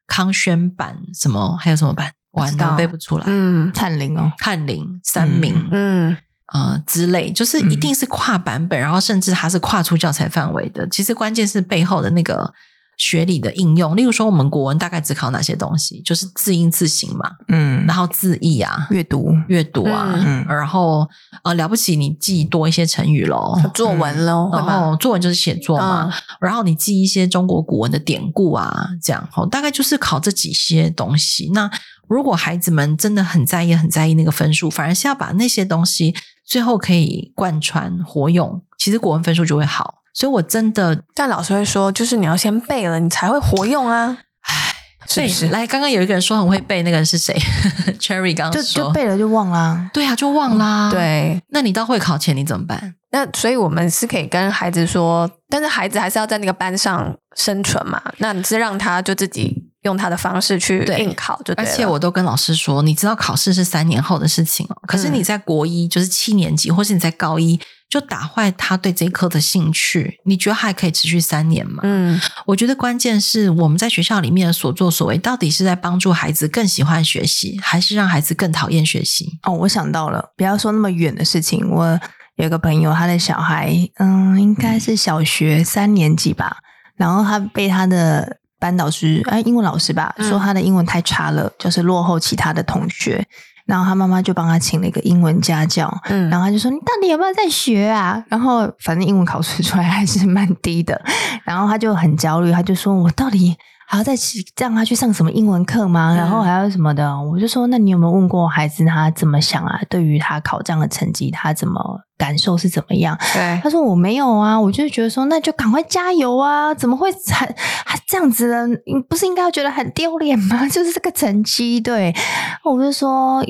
C: 康轩版什么，还有什么版，
A: 不
C: 完
A: 知
C: 全
A: 道
C: 背不出来。
B: 嗯
A: 灿林哦，
C: 翰林、三明、
B: 嗯，
C: 呃之类，就是
A: 嗯
C: 一定是跨版本，然后甚至它是跨出教材范围的。其实关键是背后的那个学理的应用，例如说我们国文大概只考哪些东西，就是字音字形嘛，
A: 嗯，
C: 然后字义啊。
A: 阅读，
C: 阅读啊，
A: 嗯嗯
C: 然后呃，了不起你记多一些成语喽，
B: 作文喽，哦会
C: 然
B: 吗？嗯
C: 后哦作文就是写作嘛，然后你记一些中国古文的典故啊，这样哦，大概就是考这几些东西。那如果孩子们真的很在意、很在意那个分数，反而是要把那些东西最后可以贯穿活用，其实国文分数就会好。所以我真的，
B: 但老师会说，就是你要先背了，你才会活用啊。
C: 唉，
B: 是不是
C: 对来，刚刚有一个人说很会背，那个人是谁 ？Cherry
A: 就
C: 刚刚
A: 就
C: 说，
A: 背了就忘啦。
C: 对啊，就忘啦。，
B: 嗯对，
C: 那你到会考前你怎么办？
B: 那所以我们是可以跟孩子说，但是孩子还是要在那个班上生存嘛。那你是让他就自己用他的方式去
C: 对
B: 应考就对
C: 而
B: 了。
C: 且我都跟老师说，你知道考试是三年后的事情哦。可是你在国一，就是七年级，或是你在高一，就打坏他对这一科的兴趣。你觉得还可以持续三年吗？
B: 嗯
C: 我觉得关键是我们在学校里面的所作所为，到底是在帮助孩子更喜欢学习，还是让孩子更讨厌学习？
A: 哦，我想到了，不要说那么远的事情。我有一个朋友，他的小孩，嗯，应该是小学三年级吧，然后他被他的班导师，哎，英文老师吧，
B: 嗯
A: 说他的英文太差了，就是落后其他的同学。然后他妈妈就帮他请了一个英文家教，
B: 嗯，
A: 然后他就说：“你到底有没有在学啊？”然后反正英文考试出来还是蛮低的，然后他就很焦虑，他就说：“我到底还要再去让他去上什么英文课吗？然后还要什么的？”我就说：“那你有没有问过孩子他怎么想啊？对于他考这样的成绩，他怎么感受是怎么样？”
B: 对
A: 他说我没有啊，我就觉得说那就赶快加油啊！怎么会还还这样子呢？你不是应该要觉得很丢脸吗？ 就是这个成绩，对，我就说。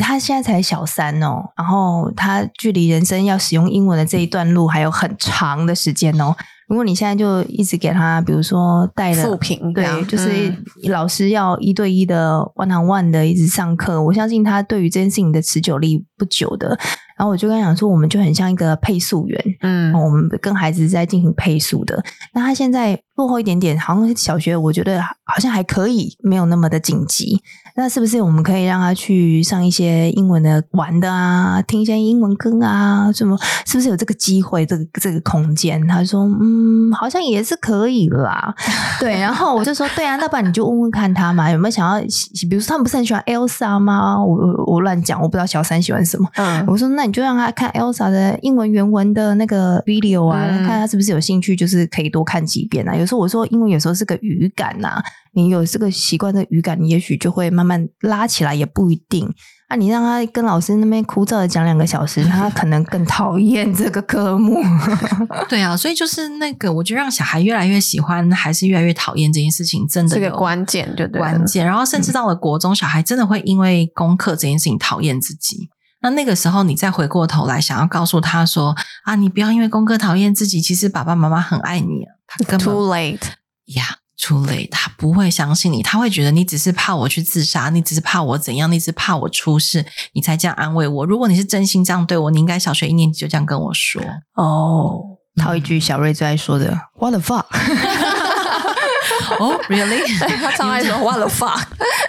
A: 他现在才小三哦，然后他距离人生要使用英文的这一段路还有很长的时间哦。如果你现在就一直给他，比如说带了
B: 复评这样
A: 对，就是
B: 嗯
A: 老师要一对一的 one on one 的一直上课，我相信他对于这件事情的持久力不久的。然后我就跟他讲说，我们就很像一个配速员，
B: 嗯
A: 哦我们跟孩子在进行配速的。那他现在落后一点点，好像小学我觉得好像还可以，没有那么的紧急。那是不是我们可以让他去上一些英文的玩的啊，听一些英文歌啊，什么？是不是有这个机会，这个这个空间？他说，嗯，好像也是可以啦。对，然后我就说，对啊，那不然你就问问看他嘛，有没有想要，比如说他们不是很喜欢 Elsa 吗？我我我乱讲，我不知道小三喜欢什么。
B: 嗯
A: 我说那你就让他看 Elsa 的英文原文的那个 video 啊，
B: 嗯
A: 看他是不是有兴趣，就是可以多看几遍啊。有时候我说英文有时候是个语感呐、你有这个习惯的语感，你也许就会慢慢拉起来，也不一定。啊，你让他跟老师那边枯燥的讲两个小时，他可能更讨厌这个科 目。
C: 对啊，所以就是那个，我觉得让小孩越来越喜欢，还是越来越讨厌这件事情，真的
B: 这个
C: 有
B: 关键就对了嗯
C: 关键。然后甚至到了国中，小孩真的会因为功课这件事情讨厌自己。那那个时候，你再回过头来，想要告诉他说啊，你不要因为功课讨厌自己，其实爸爸妈妈很爱你啊。他根本
B: ，too late，
C: 呀出类，他不会相信你，他会觉得你只是怕我去自杀，你只是怕我怎样，你只是怕我出事，你才这样安慰我。如果你是真心这样对我，你应该小学一年级就这样跟 我说。
A: 哦，套一句小瑞最爱说的 “What the fuck”，
C: 哦、r e a l l y
B: 他超爱说 what the fuck，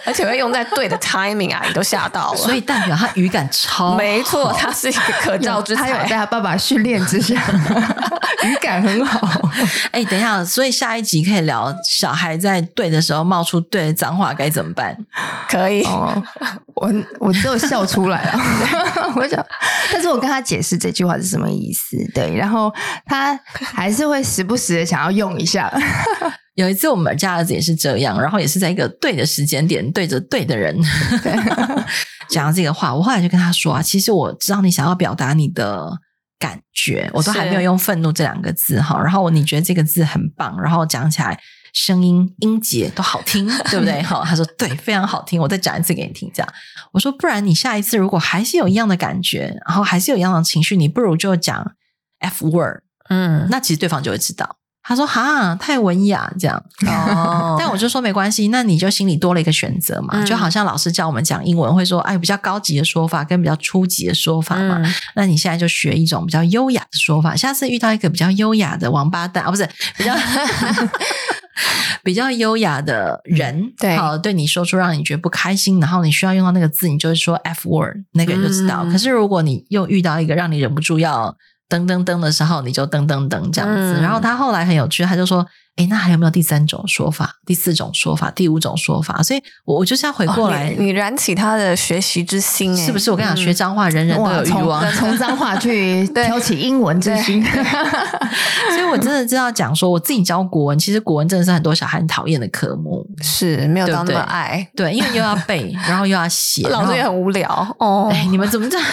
B: 而 且会用在对的 timing 啊，你都吓到了。
C: 所以代表他语感超
B: 没错，他是一个可造之
A: 哦他有在
B: 才。
A: 他爸爸训练之 下，语感很好。
C: 哎、等一下，所以下一集可以聊小孩在对的时候冒出对的脏话该怎么办？
B: 可 以，
A: 哦，我我只有笑出来啊 了，我想，但是我跟他解释这句话是什么意思，对，然后他还是会时不时的想要用一下，
C: 有一次我们家儿子也是这样，然后也是在一个对的时间点对着对的人讲到这个话，我后来就跟他说啊，其实我知道你想要表达你的感觉，我都还
B: 是
C: 没有用愤怒这两个字哈，然后你觉得这个字很棒，然后讲起来。声音音节都好听，对不对？哈，他说对，非常好听。我再讲一次给你听，这样我说，不然你下一次如果还是有一样的感觉，然后还是有一样的情绪，你不如就讲 F word，
B: 嗯，
C: 那其实对方就会知道。他说：“哈，太文雅这样。
B: 哦
C: 但我就说没关系，那你就心里多了一个选择嘛。
B: 嗯
C: 就好像老师教我们讲英文，会说哎比较高级的说法跟比较初级的说法嘛。
B: 嗯
C: 那你现在就学一种比较优雅的说法。下次遇到一个比较优雅的王八蛋啊，不是比 较比较优雅的人，
B: 嗯对
C: 好对你说出让你觉得不开心，然后你需要用到那个字，你就会说 f word，那个人就知道。
B: 嗯
C: 可是如果你又遇到一个让你忍不住要噔噔噔的时候，你就噔噔噔这样子。
B: 嗯
C: 然后他后来很有趣，他就说。诶，那还有没有第三种说法、第四种说法、第五种说法？所以，我我就是要回过来，
B: 哦你你燃起他的学习之心，哎
C: 是不是？我跟你讲，
B: 嗯
C: 学脏话，人人都有欲望。
A: 从脏话 去
B: 对
A: 挑起英文之心，
C: 所以我真的知道讲说，我自己教国文，其实国文真的是很多小孩很讨厌的科目，
B: 是没有到那
C: 对
B: 么
C: 不对
B: 爱，
C: 对，因为又要背，然后又要 写，
B: 老师也
C: 然后
B: 很无聊哦，
C: 哎，你们怎么这样？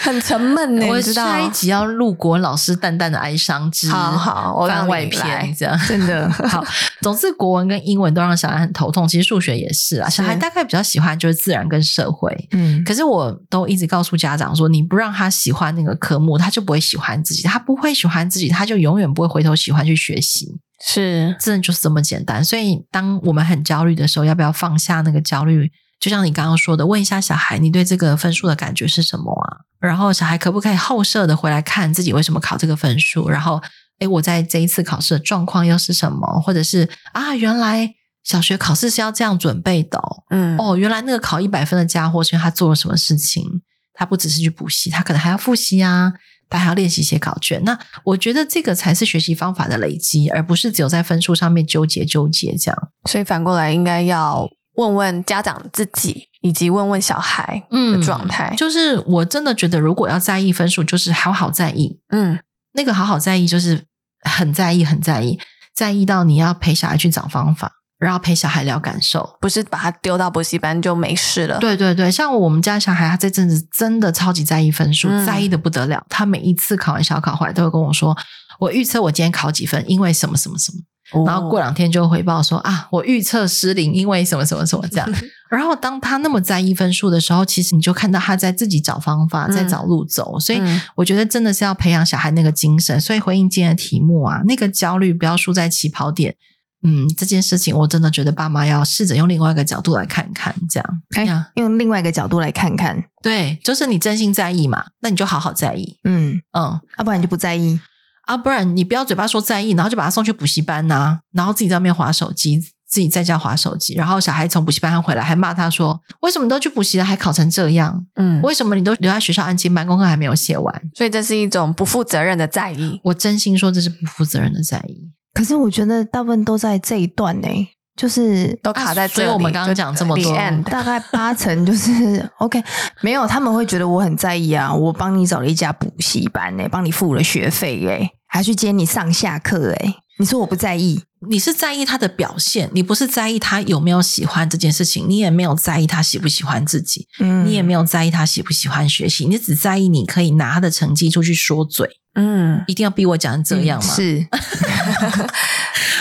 B: 很沉闷呢，欸
C: 我
B: 你知道？
C: 下一集要录国文老师淡淡的哀伤之
B: 好好我让
C: 番
B: 你
C: 外
B: 来
C: 篇这样。
A: 真的。
C: 好，总之国文跟英文都让小孩很头痛，其实数学也是啊，小孩
A: 是
C: 大概比较喜欢就是自然跟社会。
A: 嗯，
C: 可是我都一直告诉家长说，你不让他喜欢那个科目，他就不会喜欢自己，他不会喜欢自己，他就永远不会回头喜欢去学习。
B: 是
C: 真的就是这么简单。所以，当我们很焦虑的时候，要不要放下那个焦虑？就像你刚刚说的，问一下小孩，你对这个分数的感觉是什么啊？然后小孩可不可以后设的回来看自己为什么考这个分数？然后，诶，我在这一次考试的状况又是什么？或者是啊，原来小学考试是要这样准备的哦，
B: 嗯
C: 哦原来那个考一百分的家伙是因为他做了什么事情？他不只是去补习，他可能还要复习啊，他还要练习写考卷。那我觉得这个才是学习方法的累积，而不是只有在分数上面纠结纠结这样。
B: 所以反过来应该要问问家长自己，以及问问小孩的
C: 嗯
B: 状态。
C: 就是我真的觉得，如果要在意分数，就是好好在意。
B: 嗯，
C: 那个好好在意，就是很在意，很在意，在意到你要陪小孩去找方法，然后陪小孩聊感受，
B: 不是把他丢到补习班就没事了。
C: 对对对，像我们家小孩，他这阵子真的超级在意分数，
B: 嗯
C: 在意的不得了。他每一次考完小考回来，都会跟我说：“我预测我今天考几分，因为什么什么什么。”然后
B: 哦
C: 过两天就回报说啊，我预测失灵，因为什么什么什么这 样。然后当他那么在意分数的时候，其实你就看到他在自己找方法，
B: 嗯
C: 在找路走。所以
B: 嗯
C: 我觉得真的是要培养小孩那个精神。所以回应今天的题目啊，那个焦虑不要输在起跑点。嗯，这件事情我真的觉得爸妈要试着用另外一个角度来看看，这样。
A: 哎
C: 呀
A: 用另外一个角度来看看，
C: 对，就是你真心在意嘛，那你就好好在意。
A: 嗯，
C: 嗯，
A: 要、不然你就不在意，
C: 啊，不然你不要嘴巴说在意，然后就把他送去补习班呐、然后自己在那边划手机，自己在家划手机，然后小孩从补习班回来还骂他说：“为什么你都去补习了，还考成这样？
B: 嗯，
C: 为什么你都留在学校安静班，功课还没有写完
B: 所以这是一种不负责任的在意？”。
C: 我真心说这是不负责任的在意，
A: 可是我觉得大部分都在这一段呢、就是
B: 都卡在这里
C: 啊所以我们刚刚讲这么多
B: the end
A: 大概八成就是 OK，没有他们会觉得我很在意啊，我帮你找了一家补习班呢、帮你付了学费哎、还去接你上下课哎、你说我不在意，
C: 你是在意他的表现，你不是在意他有没有喜欢这件事情，你也没有在意他喜不喜欢自己，
A: 嗯
C: 你也没有在意他喜不喜欢学习，你只在意你可以拿他的成绩出去说嘴，
B: 嗯，
C: 一定要逼我讲成这样吗？
A: 嗯是，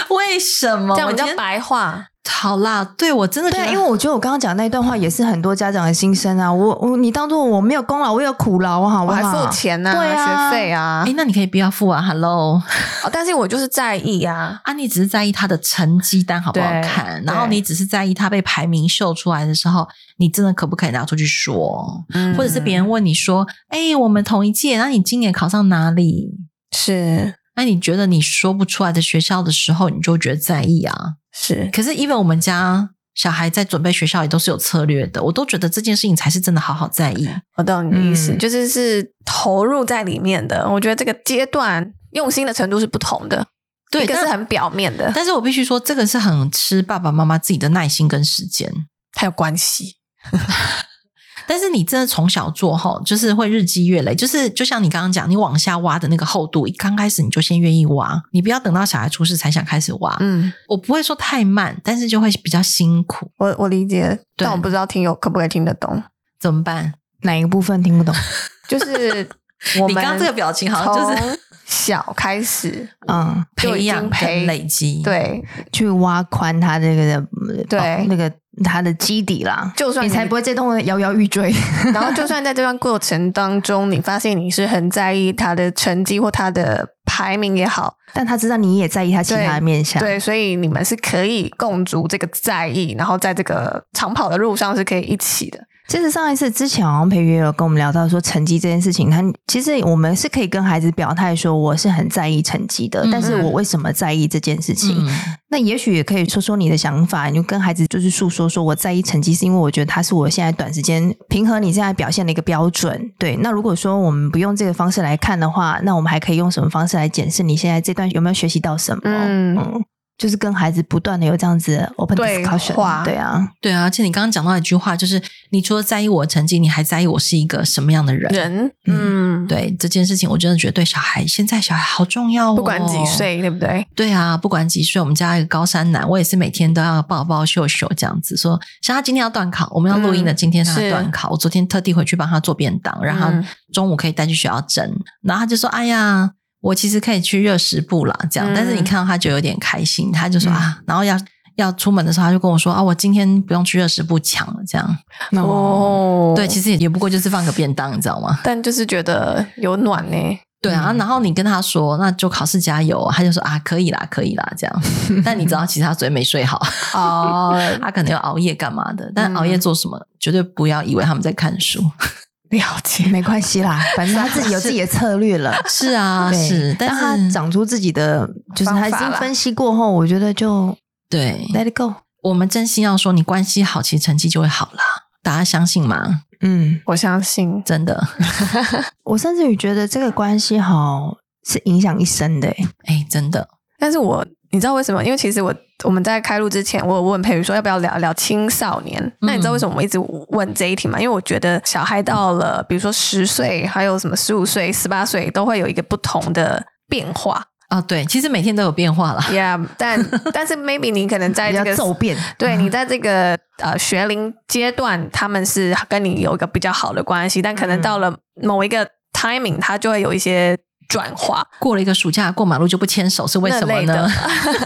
C: 为什么？
B: 这样
C: 我
B: 比较
C: 今天
B: 白话。
C: 好啦，对我真的觉
A: 对
C: 得
A: 啊，因为我觉得我刚刚讲那一段话也是很多家长的心声啊。我我你当做我没有功劳，我有苦劳啊，好不
B: 我
A: 好？
B: 还付钱呢、
A: 对啊
B: 学费啊
C: 哎、，那你可以不要付啊，Hello
B: 哦但是我就是在意啊，
C: 啊，你只是在意他的成绩单好不好
B: 对
C: 看，
B: 对
C: 然后你只是在意他被排名秀出来的时候，你真的可不可以拿出去说，
B: 嗯
C: 或者是别人问你说，哎、我们同一届，那你今年考上哪里？
B: 是
C: 那你觉得你说不出来的学校的时候，你就会觉得在意啊？
B: 是
C: 可是因为我们家小孩在准备学校也都是有策略的，我都觉得这件事情才是真的好好在意。
B: 我懂你的意思，
A: 嗯
B: 就是是投入在里面的。我觉得这个阶段用心的程度是不同的，
C: 对，
B: 一个
C: 但
B: 是很表面的，
C: 但是我必须说，这个是很吃爸爸妈妈自己的耐心跟时间。
B: 还有关系。
C: 但是你真的从小做吼，就是会日积月累，就是就像你刚刚讲，你往下挖的那个厚度，一刚开始你就先愿意挖，你不要等到小孩出事才想开始挖。
B: 嗯，
C: 我不会说太慢，但是就会比较辛苦，
B: 我我理解，
C: 对
B: 但我不知道听友可不可以听得懂。
C: 怎么办？
A: 哪一个部分听不懂？
B: 就是 我
C: 你
B: 们
C: 刚刚这个表情好像就是
B: 从小开始，
A: 嗯，
B: 就已
C: 培
B: 经
C: 养
B: 培
C: 跟累积，，
B: 对，
A: 去挖宽他这个的呃
B: 对
A: 哦那个他的基底啦，
B: 就算
A: 你才不会这动的摇摇欲坠。
B: 然后，就算在这段过程当中，你发现你是很在意他的成绩或他的排名也好，
A: 但他知道你也在意他其他的面向，
B: 对，所以你们是可以共足这个在意，然后在这个长跑的路上是可以一起的。
A: 其实上一次之前，好像培瑜也有跟我们聊到说成绩这件事情，他其实我们是可以跟孩子表态说我是很在意成绩的，
C: 嗯
A: 但是我为什么在意这件事情？
C: 嗯，
A: 那也许也可以说说你的想法，你就跟孩子就是诉说说我在意成绩是因为我觉得它是我现在短时间平衡你现在表现的一个标准。对，那如果说我们不用这个方式来看的话，那我们还可以用什么方式来检视你现在这段有没有学习到什么？
B: 嗯
A: 就是跟孩子不断的有这样子的 open
B: 对
A: discussion，
B: 话
A: 对啊，
C: 对啊。而且你刚刚讲到一句话，就是你除了在意我的成绩，你还在意我是一个什么样的人。
B: 人，嗯，，
C: 对这件事情，我真的觉得对小孩，现在小孩好重要哦。
B: 不管几，岁，对不对？
C: 对啊，不管几岁，我们家一个高山男，我也是每天都要抱抱秀秀这样子说。像他今天要断考，我们要录音的，
B: 嗯
C: 今天他
B: 是
C: 断考，我昨天特地回去帮他做便当，让他
B: 嗯
C: 中午可以带去学校蒸。然后他就说：“哎呀，我其实可以去热食部啦。”这样，
B: 嗯
C: 但是你看到他就有点开心，他就说、
A: 嗯
C: 啊，然后要要出门的时候，他就跟我说：“啊，我今天不用去热食部抢了。”这样，
B: 哦，
C: 对，其实也也不过就是放个便当，你知道吗？
B: 但就是觉得有暖呢、
C: 对啊，
B: 嗯
C: 然后你跟他说，那就考试加油，他就说啊，可以啦，可以啦，这样。但你知道，其实他昨天没睡好，
B: 哦，
C: 他可能要熬夜干嘛的。但
B: 嗯
C: 熬夜做什么，绝对不要以为他们在看书。
B: 了解。
A: 没关系啦，反正他自己有自己的策略了。
C: 是 啊，
A: 对
C: 是，
A: 但
C: 但是
A: 他长出自己的，就是他已
B: 方法
A: 经
B: 啦
A: 分析过后，我觉得就
C: 对，
A: let it go。
C: 我们真心要说，你关系好，其实成绩就会好啦。大家相信吗？
A: 嗯，
B: 我相信，
C: 真的，
A: 我甚至于觉得这个关系好是影响一生的、欸。
C: 哎，真的，
B: 但是我你知道为什么？因为其实我我们在开录之前，我有问佩瑜说要不要聊聊青少年。
C: 嗯
B: 那你知道为什么我一直问这一题吗？因为我觉得小孩到了比如说十岁，还有什么十五岁、十八岁，都会有一个不同的变 化。
C: 哦，对，其实每天都有变化啦。
B: Yeah，但但是 maybe 你可能在
A: 比
B: 哎
A: 较
B: 这个
A: 骤变，
B: 对你在这个呃学龄阶段，他们是跟你有一个比较好的关系，但可能
A: 嗯
B: 到了某一个 timing，他就会有一些转化
C: 过了一个暑假，过马路就不牵手是为
B: 那
C: 什么
B: 类
C: 呢
B: 的？，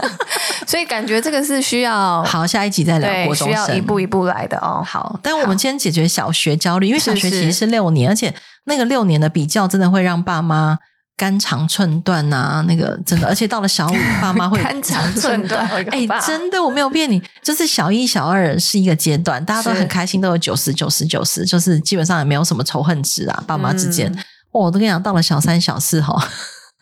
B: 所以感觉这个是需要
C: 好，下一集再聊
B: 对
C: 国中
B: 需
C: 生。
B: 要一步一步来的哦。
C: 好，但我们今天解决小学焦虑，因为
B: 是
C: 小学其实
B: 是
C: 是六年，而且那个六年的比较真的会让爸妈肝肠寸断啊，那个真的，而且到了小五，爸妈会
A: 肝肠寸断
C: 哎、真的，我没有骗你，就是小一、小二是一个阶段，大家都
B: 是
C: 很开心，都有九十、九十、九十，就是基本上也没有什么仇恨值啊，爸妈之间。
B: 嗯
C: 哦我都跟你讲，到了小三、小四哈，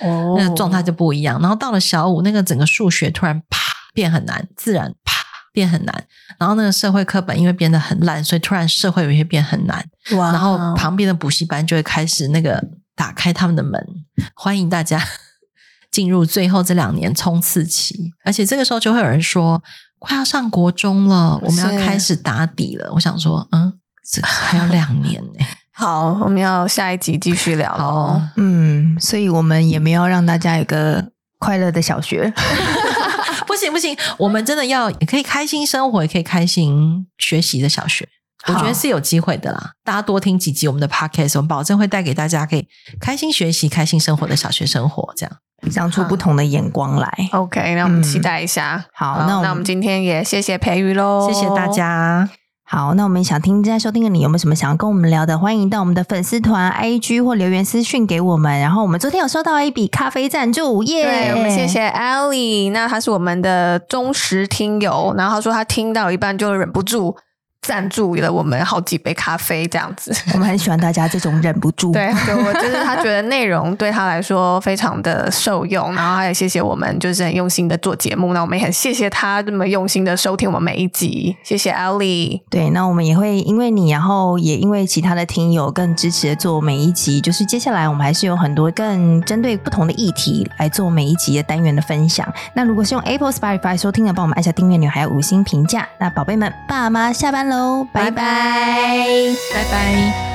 B: 哦
C: 那个状态就不一样。然后到了小五，那个整个数学突然啪变很难，自然啪变很难。然后那个社会课本因为变得很烂，所以突然社会有一些变很难。
A: 哇
C: 然后旁边的补习班就会开始那个打开他们的门，欢迎大家 进入最后这两年冲刺期。而且这个时候就会有人说，快要上国中了，我们要
B: 是
C: 开始打底了。我想说，嗯，这还有两年 呢、
B: 好，我们要下一集继续聊了
C: 好
B: 哦。，
A: 嗯，所以我们也没有让大家有个快乐的小学，
C: 不行不行，我们真的要也可以开心生活，也可以开心学习的小学。我觉
B: 好
C: 得是有机会的啦，大家多听几集我们的 podcast，我们保证会带给大家可以开心学习、开心生活的小学生活。这样，
A: 长出不同的眼光来。
B: OK，那我们
A: 嗯
B: 期待一下。
A: 好
B: 好
A: 那我
B: 那我们
A: 们
B: 今天也谢谢培瑜喽，
C: 谢谢大。家。
A: 好，那我们想听正在收听的你有没有什么想要跟我们聊的？欢迎到我们的粉丝团、IG 或留言私讯给我们。然后我们昨天有收到一笔咖啡赞助，耶、
B: 对，我们谢谢 Ellie，那她是我们的忠实听友，然后她说她听到一半就忍不住赞助了我们好几杯咖啡这样子。
A: 我们很喜欢大家这种忍不 住。
B: 对，对我就是她觉得内容对她来说非常的受用，然后她也谢谢我们就是很用心的做节目，那我们也很谢谢她这么用心的收听我们每一集，谢谢 Ellie。
A: 对，那我们也会因为你，然后也因为其他的听友更支持地做每一集。就是接下来我们还是有很多更针对不同的议题来做每一集的单元的分享。那如果是用 Apple Spotify 收听的，帮我们按下订阅钮，还有五星评价。那宝贝们，爸妈下班喽，拜拜
B: 拜拜
C: 拜拜。